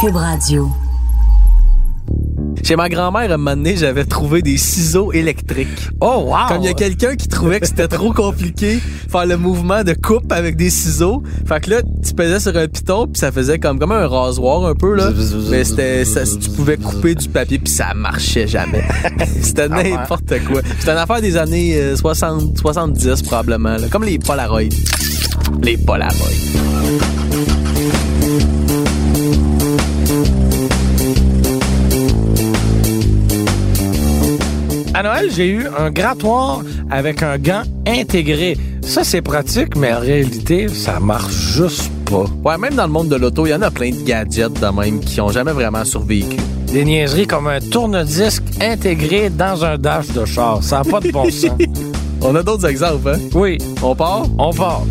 Cube Radio. Chez ma grand-mère, à un moment donné, j'avais trouvé des ciseaux électriques. Oh, wow! Comme il y a quelqu'un qui trouvait que c'était trop compliqué faire le mouvement de coupe avec des ciseaux. Fait que là, tu pesais sur un piton, puis ça faisait comme, comme un rasoir un peu, là. Mais c'était, ça- tu pouvais couper du papier, puis ça marchait jamais. c'était Ah n'importe quoi. C'était une affaire des années euh, 60, 70 probablement, là. Comme les Polaroids. Les Polaroids. À Noël, j'ai eu un grattoir avec un gant intégré. Ça, c'est pratique, mais en réalité, ça marche juste pas. Ouais, même dans le monde de l'auto, il y en a plein de gadgets de même qui ont jamais vraiment survécu. Des niaiseries comme un tourne-disque intégré dans un dash de char. Ça n'a pas de bon sens. On a d'autres exemples, hein? Oui, On part? on part.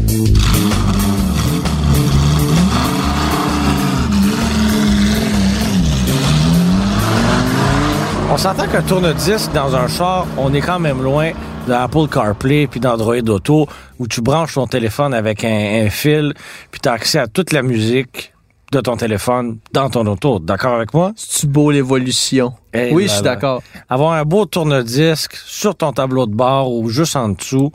On s'entend qu'un tourne-disque dans un char, on est quand même loin de Apple CarPlay puis d'Android Auto où tu branches ton téléphone avec un, un fil puis tu as accès à toute la musique de ton téléphone dans ton auto. D'accord avec moi? C'est-tu beau l'évolution? Eh oui, là je suis là. d'accord. Avoir un beau tourne-disque sur ton tableau de bord ou juste en dessous,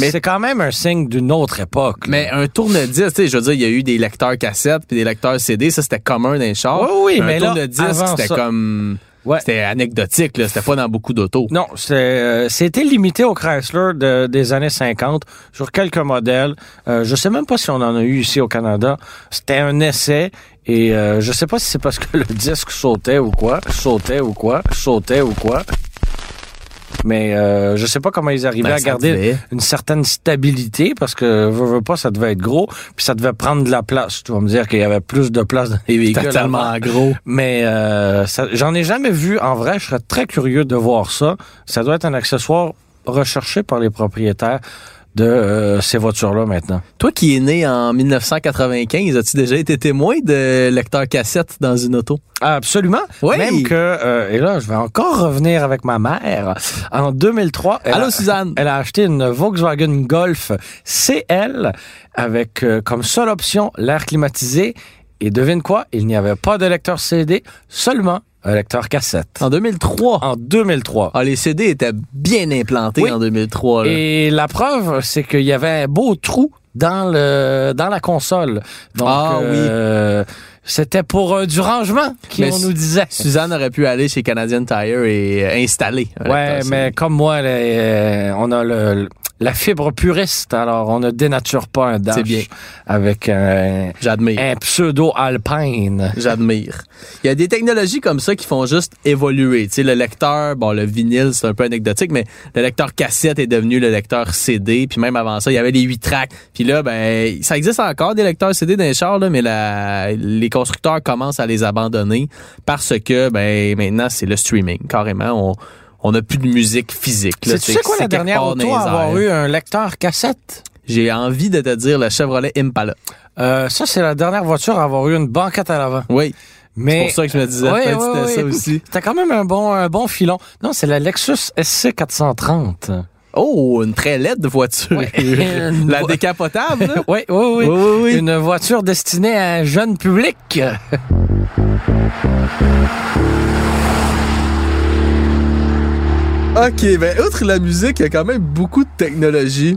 Mais- c'est quand même un signe d'une autre époque. là. Mais un tourne-disque, tu sais, je veux dire, il y a eu des lecteurs cassettes puis des lecteurs CD, ça c'était commun dans les chars. Oui, oui, mais un là, tourne-disque, avant c'était ça- comme. Ouais. C'était anecdotique, là. C'était pas dans beaucoup d'autos. Non, c'est, euh, c'était limité au Chrysler de- des années 50 sur quelques modèles. Euh, je sais même pas si on en a eu ici au Canada. C'était un essai et euh, je sais pas si c'est parce que le disque sautait ou quoi, sautait ou quoi, sautait ou quoi. Mais euh, je sais pas comment ils arrivaient Ben, à ça garder devait. une certaine stabilité parce que veux, veux pas ça devait être gros puis ça devait prendre de la place. Tu vas me dire qu'il y avait plus de place dans les véhicules. C'était avant. tellement gros. Mais euh, ça- j'en ai jamais vu en vrai. Je serais très curieux de voir ça. Ça doit être un accessoire recherché par les propriétaires de euh, ces voitures-là maintenant. Toi qui es né en 1995, as-tu déjà été témoin de lecteur cassette dans une auto? Absolument. Oui. Même que, euh, et là, je vais encore revenir avec ma mère. En 2003, elle, Allô, a, Suzanne? elle a acheté une Volkswagen Golf CL avec euh, comme seule option l'air climatisé. Et devine quoi? Il n'y avait pas de lecteur CD, seulement un lecteur cassette. En 2003. En 2003. Ah, les CD étaient bien implantés Oui. en 2003. là. Et la preuve, c'est qu'il y avait un beau trou dans le dans la console. Donc, Ah oui. euh, c'était pour euh, du rangement Mais qu'on s- nous disait. Suzanne aurait pu aller chez Canadian Tire et euh, installer. un Ouais, lecteur mais CD. comme moi, là, euh, on a le, le- la fibre puriste, alors on ne dénature pas un dash C'est bien. avec un, J'admire. un pseudo alpine. J'admire. Il y a des technologies comme ça qui font juste évoluer. Tu sais, le lecteur, bon, le vinyle, c'est un peu anecdotique, mais le lecteur cassette est devenu le lecteur CD. Puis même avant ça, il y avait les 8 tracks. Puis là, ben, ça existe encore des lecteurs CD dans les chars, là, mais la- les constructeurs commencent à les abandonner parce que, ben, maintenant, c'est le streaming. Carrément, on... On n'a plus de musique physique. là. C'est tu sais quoi c'est la quelque dernière part dans auto les à avoir airs. eu un lecteur cassette? J'ai envie de te dire le Chevrolet Impala. Euh, ça, c'est la dernière voiture à avoir eu une banquette à l'avant. Oui. C'est Mais pour ça que je me disais, Ouais, peut-être ouais, c'était ça ouais. aussi. T'as quand même un bon, un bon filon. Non, c'est la Lexus SC 430. Oh, une très laide voiture. Ouais. Une La vo- décapotable, là. Oui, oui, oui. Oui, oui, oui. Une voiture destinée à un jeune public. OK, ben outre la musique, il y a quand même beaucoup de technologies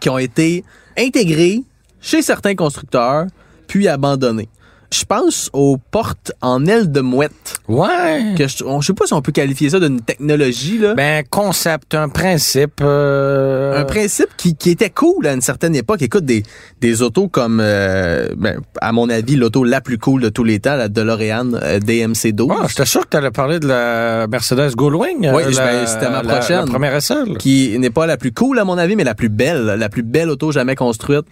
qui ont été intégrées chez certains constructeurs, puis abandonnées. Je pense aux portes en aile de mouette. Ouais. Que je, on- je sais pas si on peut qualifier ça d'une technologie, là. Ben, concept, un principe. euh, un principe qui, qui était cool à une certaine époque. Écoute, des, des autos comme, euh, ben, à mon avis, l'auto la plus cool de tous les temps, la DeLorean euh, DMC12. Ah, j'étais sûr que t'allais parler de la Mercedes Gullwing. euh, Oui, je- la- ben, c'était ma la- prochaine. La première SL. qui n'est pas la plus cool à mon avis, mais la plus belle, la plus belle auto jamais construite.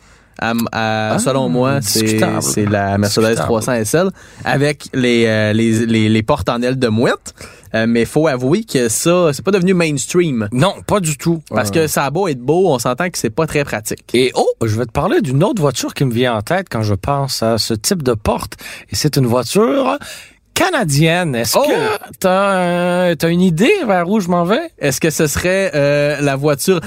à- à- Ah, selon moi, c'est discutable. c'est la Mercedes Discutable. 300 SL avec les, euh, les, les, les portes en aile de mouette. Euh, mais faut avouer que ça, c'est pas devenu mainstream. Non, pas du tout. Parce que ça a beau être beau, on s'entend que c'est pas très pratique. Et oh, je vais te parler d'une autre voiture qui me vient en tête quand je pense à ce type de porte. Et c'est une voiture canadienne. Est-ce Oh! que t'as, as une idée vers où je m'en vais? Est-ce que ce serait euh, la voiture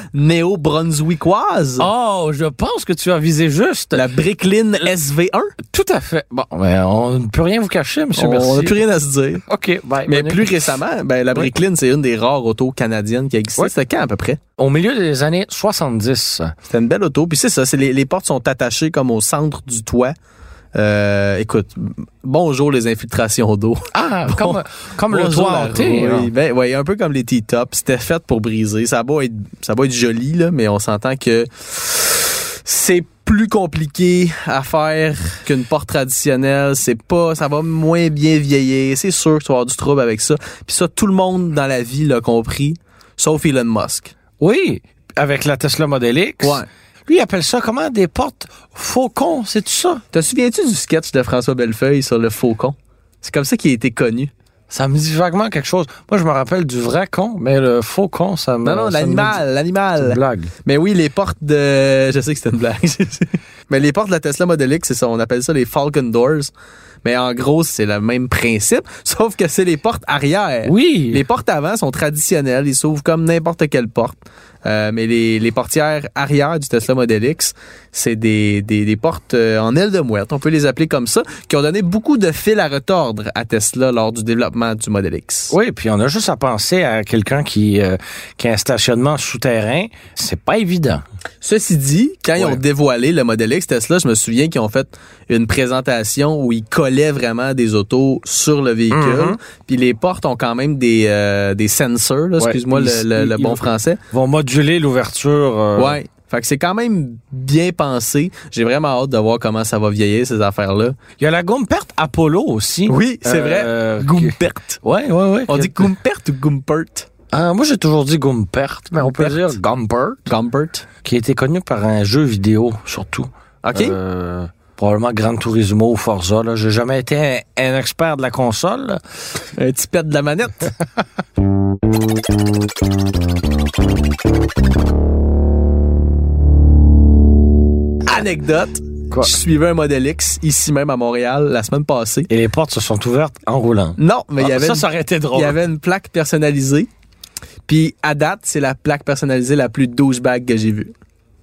néo-brunswickoise? Oh, je pense que tu as visé juste. La Bricklin SV1? Tout à fait. Bon, ben, on ne peut rien vous cacher, monsieur On Merci. n'a plus rien à se dire. OK, bye. Mais Bonne plus nuit. récemment, ben, la Oui. Bricklin, c'est une des rares autos canadiennes qui a existé. Oui. C'était quand à peu près? Au milieu des années 70. C'était une belle auto. Puis c'est ça, c'est les, les portes sont attachées comme au centre du toit. Euh, écoute, bonjour les infiltrations d'eau. Ah, comme, comme le Bonjour, toit la hanté. hein. rouille. là. Ben, ouais, un peu comme les T-tops. C'était fait pour briser. Ça va être, ça va être joli, là, mais on s'entend que c'est plus compliqué à faire qu'une porte traditionnelle. C'est pas, ça va moins bien vieillir. C'est sûr que tu vas avoir du trouble avec ça. Puis ça, tout le monde dans la vie l'a compris, sauf Elon Musk. Oui, avec la Tesla Model X. Ouais. Lui, il appelle ça comment? Des portes faucons, c'est tout ça? Te souviens-tu du sketch de François Bellefeuille sur le faucon? C'est comme ça qu'il a été connu. Ça me dit vaguement quelque chose. Moi, je me rappelle du vrai con, mais le faux con, ça me... Non, non, ça me dit- l'animal, C'est une l'animal. blague. Mais oui, les portes de. Je sais que c'était une blague. Mais les portes de la Tesla Model X, c'est ça. On appelle ça les Falcon Doors. Mais en gros, c'est le même principe, sauf que c'est les portes arrière. Oui. Les portes avant sont traditionnelles. Ils s'ouvrent comme n'importe quelle porte. Euh, mais les, les portières arrière du Tesla Model X, c'est des, des, des portes euh, en aile de mouette. On peut les appeler comme ça, qui ont donné beaucoup de fil à retordre à Tesla lors du développement du Model X. Oui, puis on a juste à penser à quelqu'un qui, euh, qui a un stationnement souterrain. C'est pas évident. Ceci dit, quand ils Ouais. ont dévoilé le modèle X Tesla, je me souviens qu'ils ont fait une présentation où ils collaient vraiment des autos sur le véhicule. Mhm. Puis les portes ont quand même des, euh, des sensors, là, Ouais. excuse-moi le, Ils- le- le ils- bon ils- français. Ils vont moduler l'ouverture. euh, Ouais. Fait que c'est quand même bien pensé. J'ai vraiment hâte de voir comment ça va vieillir, ces affaires-là. Il y a la Gumpert Apollo aussi. Oui, c'est Euh, vrai. que- Gumpert. Ouais, ouais, ouais. On dit Gumpert ou Gumpert? Ah, moi, j'ai toujours dit Gumpert, mais on peut Gumpert. dire Gumpert, Gumpert. qui a été connu par un jeu vidéo, surtout. OK? Euh, probablement Gran Turismo ou Forza. Là. J'ai jamais été un, un expert de la console. là. Un petit pet de la manette. Anecdote. Quoi? Je suivais un modèle X ici même à Montréal la semaine passée. Et les portes se sont ouvertes en roulant. Non, mais il y Ah, avait ça, une- ça aurait été drôle. il y avait une plaque personnalisée. Puis à date, c'est la plaque personnalisée la plus douchebag que j'ai vue.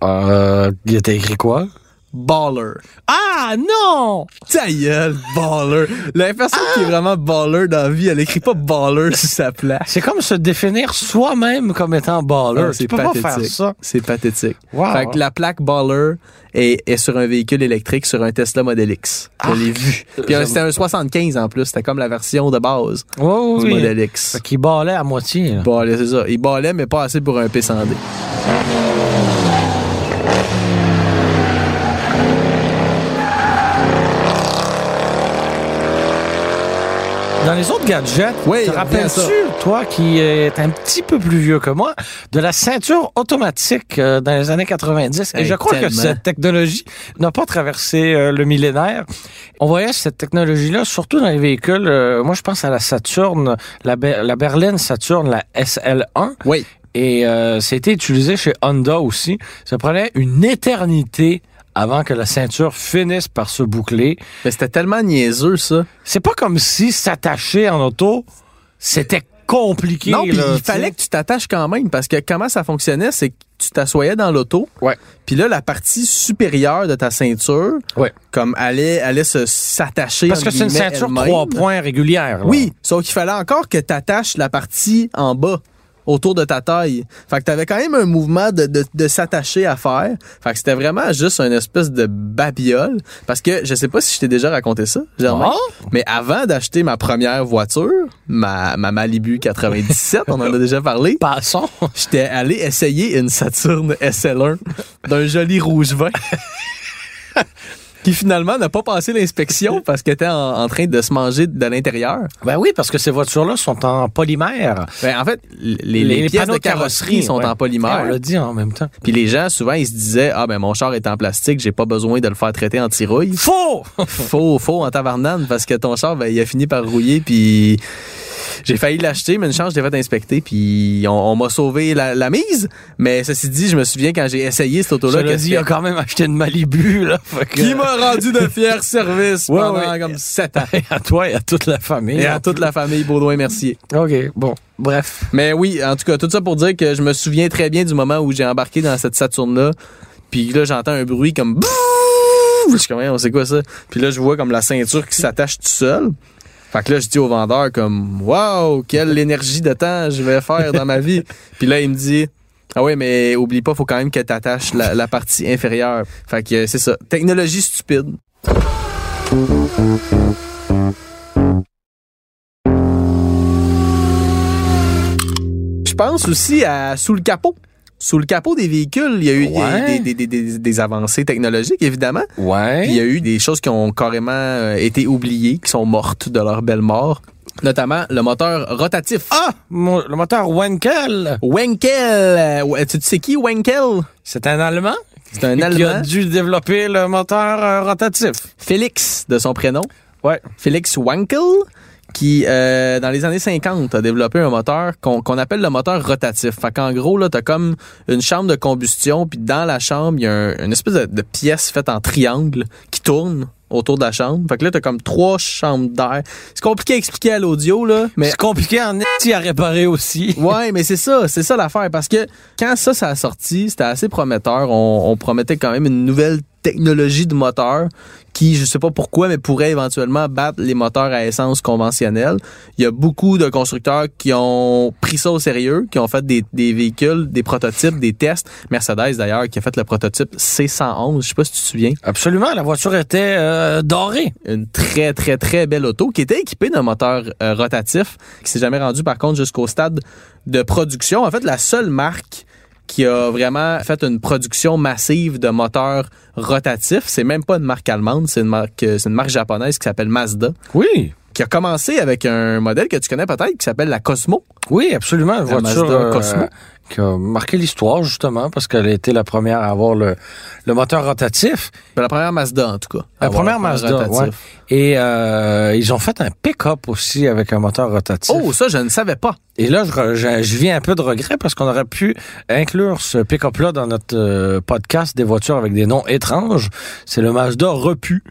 Euh, il était écrit quoi? Baller. Ah non! Ta gueule, baller. La personne qui est Ah! vraiment baller dans la vie, elle écrit pas baller sur sa plaque. C'est comme se définir soi-même comme étant Ah, baller. tu peux pas faire ça. C'est pathétique. Wow. Fait que la plaque Baller est, est sur un véhicule électrique, sur un Tesla Model X. Ah, Je l'ai vu. Puis un- J'aime- c'était un 75 en plus. C'était comme la version de base Ouais, ouais, du oui. Model X. Fait qu'il ballait à moitié. là. Il ballait, c'est ça. Il ballait, mais pas assez pour un P100D. Dans les autres gadgets, Oui, te on revient à ça. rappelles-tu, toi qui est un petit peu plus vieux que moi, de la ceinture automatique euh, dans les années 90? Et Hey, je crois que tellement. cette technologie n'a pas traversé euh, le millénaire. On voyait cette technologie-là, surtout dans les véhicules. euh, moi, je pense à la Saturne, la, Be- la berline Saturne, la SL1. Oui. Et euh, c'était utilisé chez Honda aussi. Ça prenait une éternité avant que la ceinture finisse par se boucler. Mais c'était tellement niaiseux, ça. C'est pas comme si s'attacher en auto, c'était compliqué. non, puis là, il tu sais. fallait que tu t'attaches quand même parce que comment ça fonctionnait, c'est que tu t'assoyais dans l'auto. Ouais. Puis là, la partie supérieure de ta ceinture, Ouais. comme allait, allait se s'attacher. Parce que entre c'est une guillemets, ceinture elle-même. trois points régulière. là. Oui, sauf qu'il fallait encore que tu attaches la partie en bas autour de ta taille. Fait que t'avais quand même un mouvement de, de, de s'attacher à faire. Fait que c'était vraiment juste une espèce de babiole. Parce que je sais pas si je t'ai déjà raconté ça, Germain. Ah? Mais avant d'acheter ma première voiture, ma, ma Malibu 97, on en a déjà parlé, Passons. j'étais allé essayer une Saturn SL1 d'un joli rouge vin. qui finalement n'a pas passé l'inspection parce qu'elle était en- en train de se manger de l'intérieur. Ben oui, parce que ces voitures-là sont en polymère. Ben, en fait, les, les pièces de panneaux carrosserie sont ouais. en Ah, On polymère. l'a dit en même temps. Puis les gens, souvent, ils se disaient Ah, ben mon char est en plastique, j'ai pas besoin de le faire traiter en tirouille. Faux! faux, faux en tavernane, parce que ton char, ben, il a fini par rouiller, puis J'ai failli l'acheter, mais une chance, je l'ai fait inspecter, puis on, on m'a sauvé la, la mise. Mais ceci dit, je me souviens quand j'ai essayé cette auto-là, Cela qu'est-ce dit, que- il a quand même acheté une Malibu, là. Fait que- qui m'a rendu de fiers services Ouais, pendant ouais. comme sept ans. Et à toi et à toute la famille. Et à toute la famille Baudouin-Mercier. OK, bon, bref. Mais oui, en tout cas, tout ça pour dire que je me souviens très bien du moment où j'ai embarqué dans cette Saturne-là. Puis là, j'entends un bruit comme Bouh! Je suis comme, on sait quoi ça? Puis là, je vois comme la ceinture qui s'attache tout seul. Fait que là, je dis au vendeur comme Wow, quelle énergie de temps je vais faire dans ma vie. Puis là, il me dit Ah ouais, mais oublie pas, faut quand même que t'attaches la, la partie inférieure. Fait que euh, c'est ça. Technologie stupide. Je pense aussi à sous le capot. Sous le capot des véhicules, il y a eu il y a eu Ouais. des, des- des- des- des avancées technologiques, évidemment. Puis Il Ouais. y a eu des choses qui ont carrément euh, été oubliées, qui sont mortes de leur belle mort. Notamment le moteur rotatif. Ah! Mon- le moteur Wankel, Wenkel! Euh, ouais, Tu tu sais qui, Wenkel? c'est un Allemand C'est un qui a Allemand. dû développer le moteur euh, rotatif. Félix, de son prénom. Ouais. Félix Wankel, qui, euh, dans les années 50, a développé un moteur qu'on qu'on appelle le moteur rotatif. Fait qu'en gros, là, t'as comme une chambre de combustion, puis dans la chambre, il y a un- une espèce de, de pièce faite en triangle qui tourne autour de la chambre. Fait que là, t'as comme trois chambres d'air. C'est compliqué à expliquer à l'audio, là, mais... C'est compliqué en esti à réparer aussi. Ouais, mais c'est ça, c'est ça l'affaire. Parce que quand ça, ça a sorti, c'était assez prometteur. On, on promettait quand même une nouvelle technologie de moteur qui, je sais pas pourquoi, mais pourrait éventuellement battre les moteurs à essence conventionnels. Il y a beaucoup de constructeurs qui ont pris ça au sérieux, qui ont fait des, des véhicules, des prototypes, des tests. Mercedes, d'ailleurs, qui a fait le prototype C111, je sais pas si tu te souviens. Absolument, la voiture était euh, dorée. Une très, très, très belle auto qui était équipée d'un moteur euh, rotatif qui s'est jamais rendu, par contre, jusqu'au stade de production. En fait, la seule marque qui a vraiment fait une production massive de moteurs rotatifs, c'est même pas une marque allemande, c'est une marque, euh, c'est une marque japonaise qui s'appelle Mazda, Oui. qui a commencé avec un modèle que tu connais peut-être qui s'appelle la Cosmo. Oui, absolument. Une La voiture euh, Mazda Cosmo. qui a marqué l'histoire, justement, parce qu'elle a été la première à avoir le, le moteur rotatif. Ben, La première Mazda, en tout cas. La Avoir première un Mazda, rotatif. Et euh, ils ont fait un pick-up aussi avec un moteur rotatif. Oh, ça, je ne savais pas. Et là, je, re- je, je vis un peu de regret parce qu'on aurait pu inclure ce pick-up-là dans notre euh, podcast des voitures avec des noms étranges. C'est le Mazda repu.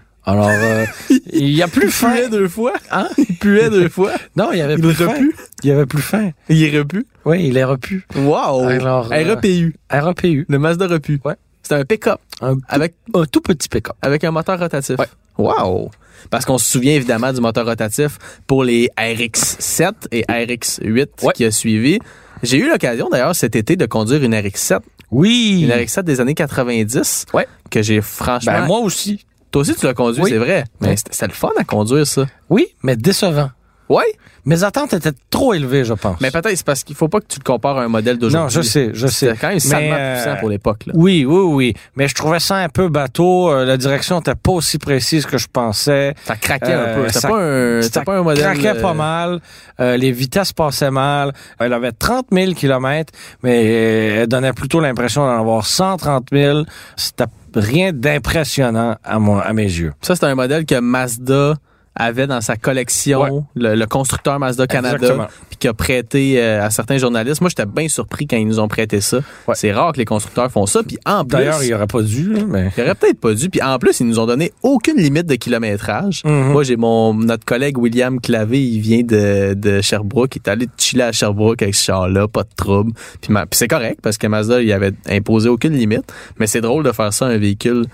Alors, euh, il y a plus faim. deux fois. Hein? Il puait deux fois. Non, il y avait Il plus faim. repue. Il y avait plus faim. Il est repu. Oui, il est repu. Wow. Alors, euh, Oh. REPU. REPU. Le Mazda repu. Ouais. C'est un pick-up Un, avec, un tout petit pick-up. avec un moteur rotatif. Ouais. Wow. Parce qu'on se souvient évidemment du moteur rotatif pour les RX7 et RX8 Ouais. qui a suivi. J'ai eu l'occasion d'ailleurs cet été de conduire une RX7, Oui. une RX7 des années 90 Ouais. que j'ai franchement Ben, moi aussi. toi aussi tu l'as conduit, Oui. c'est vrai, mais Oui. c'était c'était le fun à conduire ça. Oui, mais décevant. Ouais, Mes attentes étaient trop élevées, je pense. mais peut-être c'est parce qu'il faut pas que tu le compares à un modèle d'aujourd'hui. non, je sais, je sais. C'était quand même Mais, salement euh, puissant pour l'époque là. Oui, oui, oui. Mais je trouvais ça un peu bateau. Euh, la direction était pas aussi précise que je pensais. Ça craquait un euh, peu, c'était ça- pas un c'était Ça pas un modèle craquait euh, pas mal. Euh, les vitesses passaient mal. Euh, Elle avait 30 000 km, mais euh, elle donnait plutôt l'impression d'en avoir 130 000. C'était rien d'impressionnant à, mon, à mes yeux. Ça, c'est un modèle que Mazda avait dans sa collection, Ouais. le, le constructeur Mazda Exactement. Canada, puis qui a prêté euh, à certains journalistes. Moi, j'étais bien surpris quand ils nous ont prêté ça. Ouais. C'est rare que les constructeurs font ça. Puis en plus, D'ailleurs, il ils y aurait pas dû, là, mais... auraient peut-être pas dû. Puis en plus, ils nous ont donné aucune limite de kilométrage. Mhm. Moi, j'ai mon notre collègue William Clavé, il vient de, de Sherbrooke, il est allé chiller à Sherbrooke avec ce char-là, pas de trouble. Puis, ma- puis c'est correct parce que Mazda, il avait imposé aucune limite. Mais c'est drôle de faire ça à un véhicule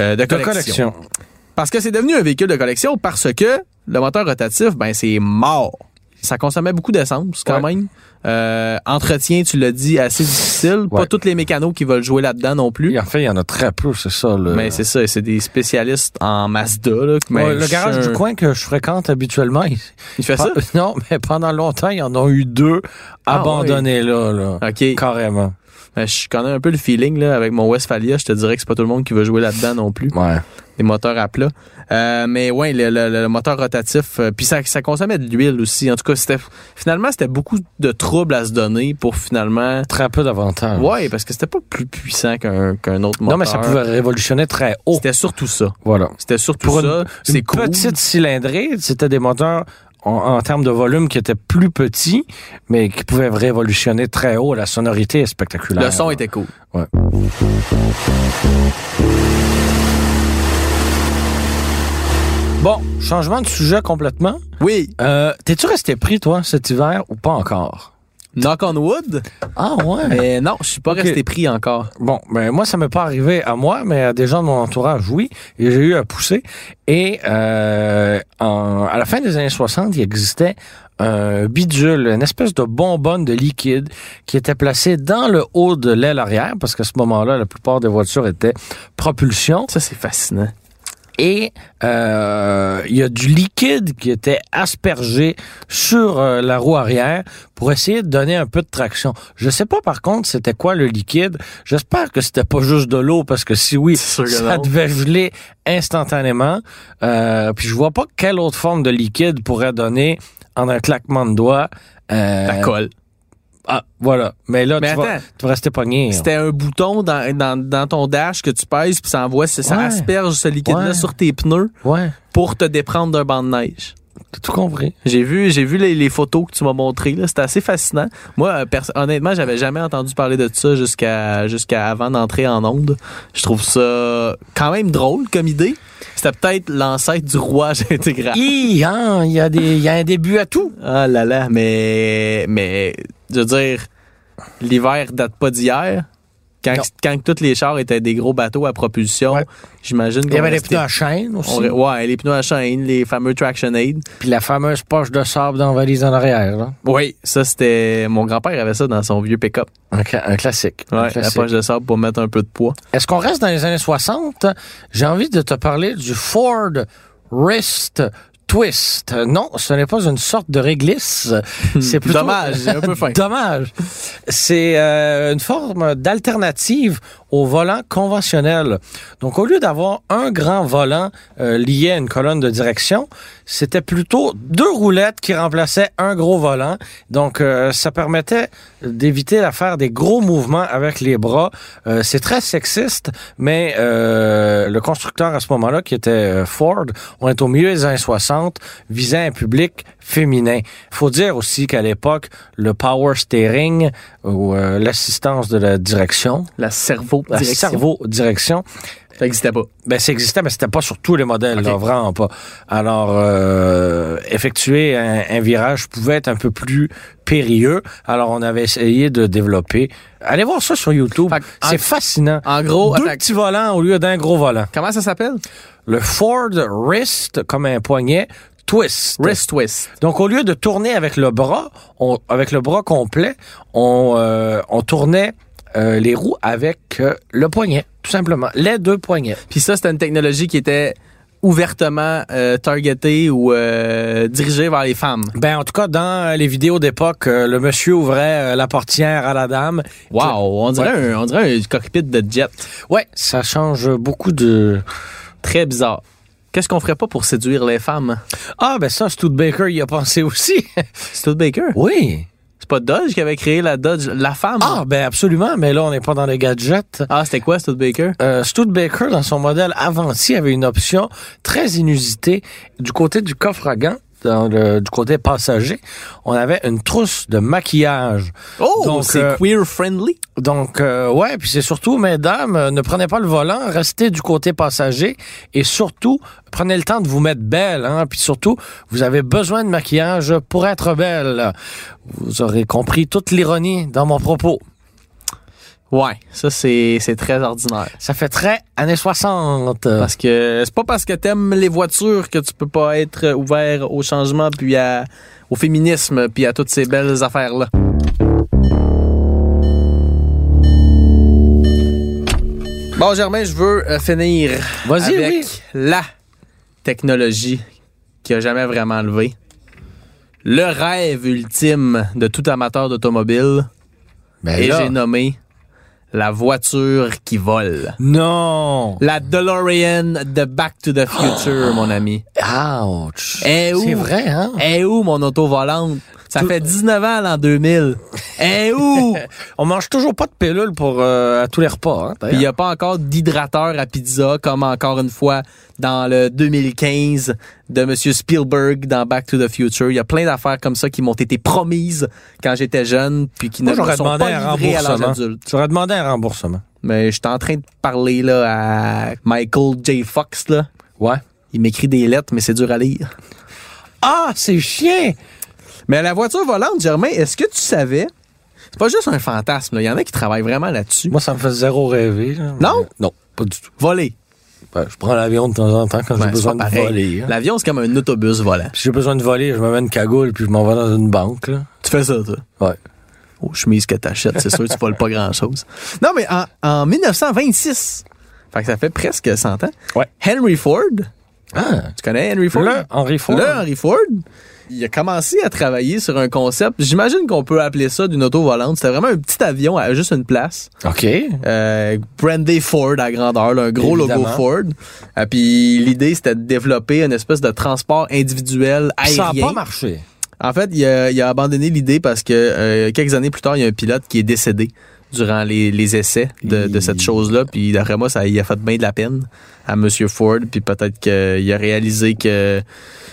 euh, de De collection. collection. Parce que c'est devenu un véhicule de collection parce que le moteur rotatif, ben c'est mort. Ça consommait beaucoup d'essence quand Ouais. même. Euh, entretien, tu l'as dit, assez difficile. Pas Ouais. tous les mécanos qui veulent jouer là-dedans non plus. Et En fait, il y en a très peu, c'est ça. Le, Mais c'est ça, c'est des spécialistes en Mazda. Là, mais Euh. Ouais, le je- garage du coin que je fréquente habituellement, il- Il fait ça? Pe- Non, mais pendant longtemps, ils en ont eu deux Ah, abandonnés là, là. OK. Carrément. Ben, je connais un peu le feeling là, avec mon Westphalia. Je te dirais que c'est pas tout le monde qui veut jouer là-dedans non plus. Ouais. des moteurs à plat. Euh, mais ouais, le, le- le moteur rotatif, euh, puis ça, ça consommait de l'huile aussi. En tout cas, c'était finalement c'était beaucoup de troubles à se donner pour finalement. Très peu d'avantages. Ouais, parce que c'était pas plus puissant qu'un qu'un autre moteur. Ah. Non, mais ça pouvait révolutionner très haut. C'était surtout ça. Voilà. C'était surtout Pour une- ça. Une C'est cool. petite cylindrée, c'était des moteurs en, en termes de volume qui était plus petit, mais qui pouvait révolutionner très haut. La sonorité est spectaculaire. Le son était cool. Ouais. Bon, changement de sujet complètement. Oui, Euh, T'es-tu resté pris, toi, cet hiver ou pas encore? knock on wood, Ah ouais? mais non, je suis pas Ok. resté pris encore. Bon, ben moi, ça m'est pas arrivé à moi, mais à des gens de mon entourage, oui. Et j'ai eu à pousser. Et euh, en- à la fin des années 60, il existait un bidule, une espèce de bonbonne de liquide qui était placée dans le haut de l'aile arrière, parce qu'à ce moment-là, la plupart des voitures étaient propulsion. Ça, c'est fascinant. Et euh, il y a du liquide qui était aspergé sur euh, la roue arrière pour essayer de donner un peu de traction. Je sais pas par contre c'était quoi le liquide. J'espère que c'était pas juste de l'eau parce que si oui, C'est sûr que ça non. devait geler instantanément. Euh, puis je vois pas quelle autre forme de liquide pourrait donner en un claquement de doigts. euh, Ça colle. ah, voilà. Mais là, Mais tu, vas, attends. tu vas rester pogné. hein. C'était un bouton dans, dans, dans ton dash que tu pèses, puis ça envoie, ça Ouais. asperge ce liquide-là Ouais. sur tes pneus Ouais, pour te déprendre d'un banc de neige. t'as tout compris. J'ai vu, j'ai vu les, les photos que tu m'as montrées. là. C'était assez fascinant. Moi, euh, perso- honnêtement, j'avais jamais entendu parler de ça jusqu'à jusqu'à avant d'entrer en onde. Je trouve ça quand même drôle comme idée. C'était peut-être l'ancêtre du rouage intégral. Hi, hein, Il y, a des- il y a un début à tout. Ah là là, mais mais je veux dire, l'hiver date pas d'hier. Quand, Non. quand tous les chars étaient des gros bateaux à propulsion, Ouais. j'imagine qu'on Il y avait les restait- pneus à chaîne on aussi. re- ouais, les pneus à chaîne, les fameux traction aid. Puis la fameuse poche de sable dans la valise en arrière. Là. Oui, ça c'était mon grand-père avait ça dans son vieux pick-up. Un, cla- un classique. Un Ouais, la classique. poche de sable pour mettre un peu de poids. Est-ce qu'on reste dans les années 60? J'ai envie de te parler du Ford Wrist Twist. Euh, Non, ce n'est pas une sorte de réglisse. C'est plutôt... Hmm, Dommage, j'ai un peu faim. Dommage. C'est euh, une forme d'alternative au volant conventionnel. Donc, au lieu d'avoir un grand volant euh, lié à une colonne de direction, c'était plutôt deux roulettes qui remplaçaient un gros volant. Donc, euh, ça permettait d'éviter à faire des gros mouvements avec les bras. Euh, C'est très sexiste, mais euh, le constructeur à ce moment-là, qui était euh, Ford, on est au milieu des années 60, visait un public féminin. faut dire aussi qu'à l'époque, le power steering ou euh, l'assistance de la direction, La cerveau la direction. cerveau-direction, Ça n'existait pas. ben, ça existait, mais c'était pas sur tous les modèles, Ok. là, vraiment pas. Alors, euh, effectuer un, un virage pouvait être un peu plus périlleux. Alors, on avait essayé de développer. Allez voir ça sur YouTube. Fait que, C'est en- fascinant. En gros, Deux attends, petits volants au lieu d'un gros volant. comment ça s'appelle? Le Ford Wrist, comme un poignet, twist. Wrist twist. Donc, au lieu de tourner avec le bras, on- avec le bras complet, on, euh, on tournait euh, les roues avec euh, le poignet, tout simplement. Les deux poignets. Puis ça, c'était une technologie qui était ouvertement euh, targetée ou euh, dirigée vers les femmes. Ben, en tout cas, dans euh, les vidéos d'époque, euh, le monsieur ouvrait euh, la portière à la dame. Wow, on dirait, un, on dirait un cockpit de jet. Ouais, ça change beaucoup de... Très bizarre. Qu'est-ce qu'on ferait pas pour séduire les femmes? Ah, ben ça, Studebaker y a pensé aussi. Stud Baker? oui. C'est pas Dodge qui avait créé la Dodge, la femme? Ah, ben absolument, mais là, on n'est pas dans les gadgets. Ah, c'était quoi Stud Baker? Euh, Studebaker, dans son modèle Avanti, avait une option très inusitée. Du côté du coffre à gants, dans le- du côté passager, on avait une trousse de maquillage. Oh, Donc, c'est euh, queer friendly. Donc, euh, ouais, puis c'est surtout, mesdames, euh, ne prenez pas le volant, restez du côté passager et surtout, prenez le temps de vous mettre belle. Hein, puis surtout, vous avez besoin de maquillage pour être belle. Vous aurez compris toute l'ironie dans mon propos. Ouais, ça c'est c'est très ordinaire. Ça fait très années 60. Parce que c'est pas parce que t'aimes les voitures que tu peux pas être ouvert au changement puis à, au féminisme puis à toutes ces belles affaires là. Bon Germain, je veux euh, finir Vas-y, avec oui. la technologie qui a jamais vraiment levé. Le rêve ultime de tout amateur d'automobile Ben et là. j'ai nommé la voiture qui vole. Non! La DeLorean de Back to the Future, mon ami. Ouch! Eh, ouh. Ah. c'est vrai, hein? Eh où, mon auto volante? Ça fait 19 ans l'an 2000. Eh où? On mange toujours pas de pilule pour euh, à tous les repas. Hein, Puis il n'y a pas encore d'hydrateur à pizza, comme encore une fois dans le 2015 de M. Spielberg dans Back to the Future. Il y a plein d'affaires comme ça qui m'ont été promises quand j'étais jeune, puis qui Moi, ne me j'aurais sont demandé un pas livrées à l'âge remboursement. adulte. J'aurais demandé un remboursement. Mais je suis en train de parler là, à Michael J. Fox. Là. Ouais. Il m'écrit des lettres, mais c'est dur à lire. Ah, c'est chiant! Mais la voiture volante, Germain, est-ce que tu savais? C'est pas juste un fantasme. là. Il y en a qui travaillent vraiment là-dessus. Moi, ça me fait zéro rêver. là. Non? Non, pas du tout. Voler. Ben, je prends l'avion de temps en temps quand Ben, j'ai c'est besoin pas de pareil. voler. hein. L'avion, c'est comme un autobus volant. Si j'ai besoin de voler, je me mets une cagoule puis je m'en vais dans une banque. Là. Tu fais ça, toi? Ouais. aux chemises que t'achètes. C'est sûr, tu voles pas grand-chose. Non, mais en, en 1926, fait que ça fait presque 100 ans, Ouais. Henry Ford, Ah, tu connais Henry Ford? Le Henry Ford. Le Henry Ford, il a commencé à travailler sur un concept, j'imagine qu'on peut appeler ça d'une auto volante. C'était vraiment un petit avion à juste une place. OK. Euh, brandé Ford à grandeur, là, un gros Évidemment. logo Ford. Euh, Puis l'idée, c'était de développer une espèce de transport individuel aérien. Ça n'a pas marché. En fait, il a, il a abandonné l'idée parce que euh, quelques années plus tard, il y a un pilote qui est décédé durant les, les essais de, de cette chose-là. Puis d'après moi, ça il a fait bien de la peine à Monsieur Ford. Puis peut-être qu'il a réalisé que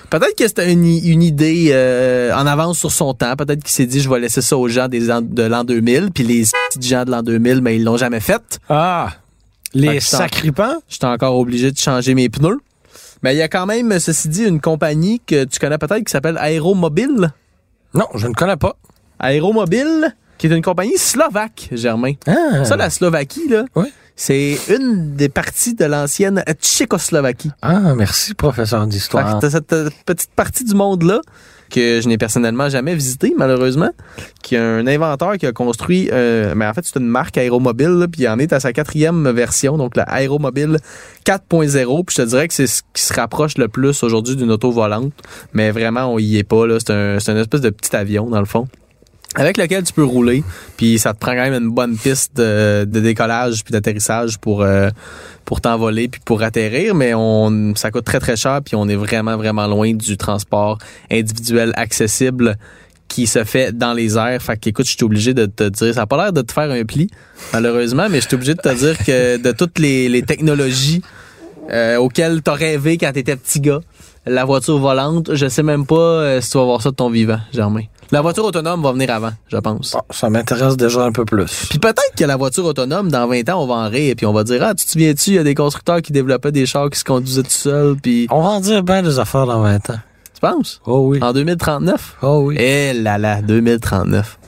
peut-être que c'était une, i- une idée euh, en avance sur son temps. Peut-être qu'il s'est dit, je vais laisser ça aux gens des ans- de l'an 2000. Puis les petits gens de l'an 2000, mais ils l'ont jamais fait. Ah! Fait Les que ça- sacripants? J'étais encore obligé de changer mes pneus. Mais il y a quand même, ceci dit, une compagnie que tu connais peut-être qui s'appelle Aéromobile. Non, je ne connais pas. Aéromobile, qui est une compagnie slovaque, Germain. Ah! Ça, la Slovaquie, là, Oui. c'est une des parties de l'ancienne Tchécoslovaquie. Ah, merci, professeur Fait que d'histoire. t'as cette euh, petite partie du monde-là que je n'ai personnellement jamais visitée, malheureusement, qui a un inventeur qui a construit, euh, mais en fait, c'est une marque aéromobile, là, puis il en est à sa quatrième version, donc la aéromobile 4.0, puis je te dirais que c'est ce qui se rapproche le plus aujourd'hui d'une auto volante, mais vraiment, on y est pas, là, c'est un, c'est une espèce de petit avion, dans le fond, avec lequel tu peux rouler, puis ça te prend quand même une bonne piste de, de décollage puis d'atterrissage pour... euh, pour t'envoler puis pour atterrir, mais on, ça coûte très très cher puis on est vraiment vraiment loin du transport individuel accessible qui se fait dans les airs. Fait qu'écoute, je suis obligé de te dire, ça n'a pas l'air de te faire un pli, malheureusement, mais je suis obligé de te dire que de toutes les, les technologies euh, auxquelles t'as rêvé quand t'étais petit gars, la voiture volante, je sais même pas euh, si tu vas voir ça de ton vivant, Germain. La voiture autonome va venir avant, je pense. Bon, Ah, ça m'intéresse déjà un peu plus. Puis peut-être que la voiture autonome, dans 20 ans, on va en rire, puis on va dire, ah, tu te souviens-tu, il y a des constructeurs qui développaient des chars qui se conduisaient tout seuls, puis... On va en dire bien des affaires dans 20 ans. Tu penses? Oh oui. En 2039? Oh oui. Eh là là, 2039.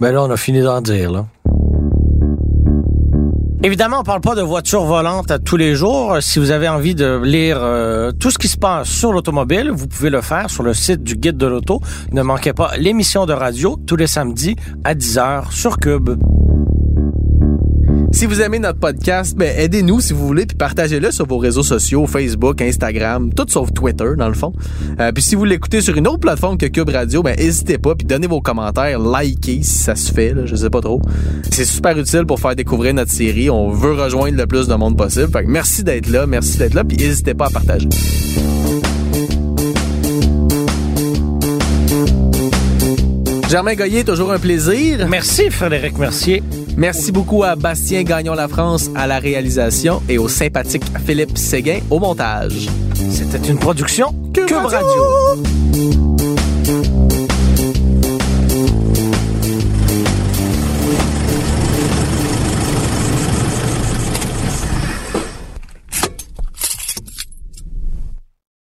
Ben là, on a fini d'en dire, là. Évidemment, on parle pas de voitures volantes à tous les jours. Si vous avez envie de lire euh, tout ce qui se passe sur l'automobile, vous pouvez le faire sur le site du Guide de l'auto. Ne manquez pas l'émission de radio tous les samedis à 10h sur Cube. Si vous aimez notre podcast, ben aidez-nous si vous voulez, puis partagez-le sur vos réseaux sociaux, Facebook, Instagram, tout sauf Twitter, dans le fond. Euh, puis si vous l'écoutez sur une autre plateforme que Cube Radio, ben n'hésitez pas, puis donnez vos commentaires, likez si ça se fait, là, je sais pas trop. C'est super utile pour faire découvrir notre série. On veut rejoindre le plus de monde possible. Fait que merci d'être là, merci d'être là, puis n'hésitez pas à partager. Germain Goyer, toujours un plaisir. Merci Frédéric Mercier. Merci beaucoup à Bastien Gagnon La France à la réalisation et au sympathique Philippe Séguin au montage. C'était une production Cube Cube Radio. Radio.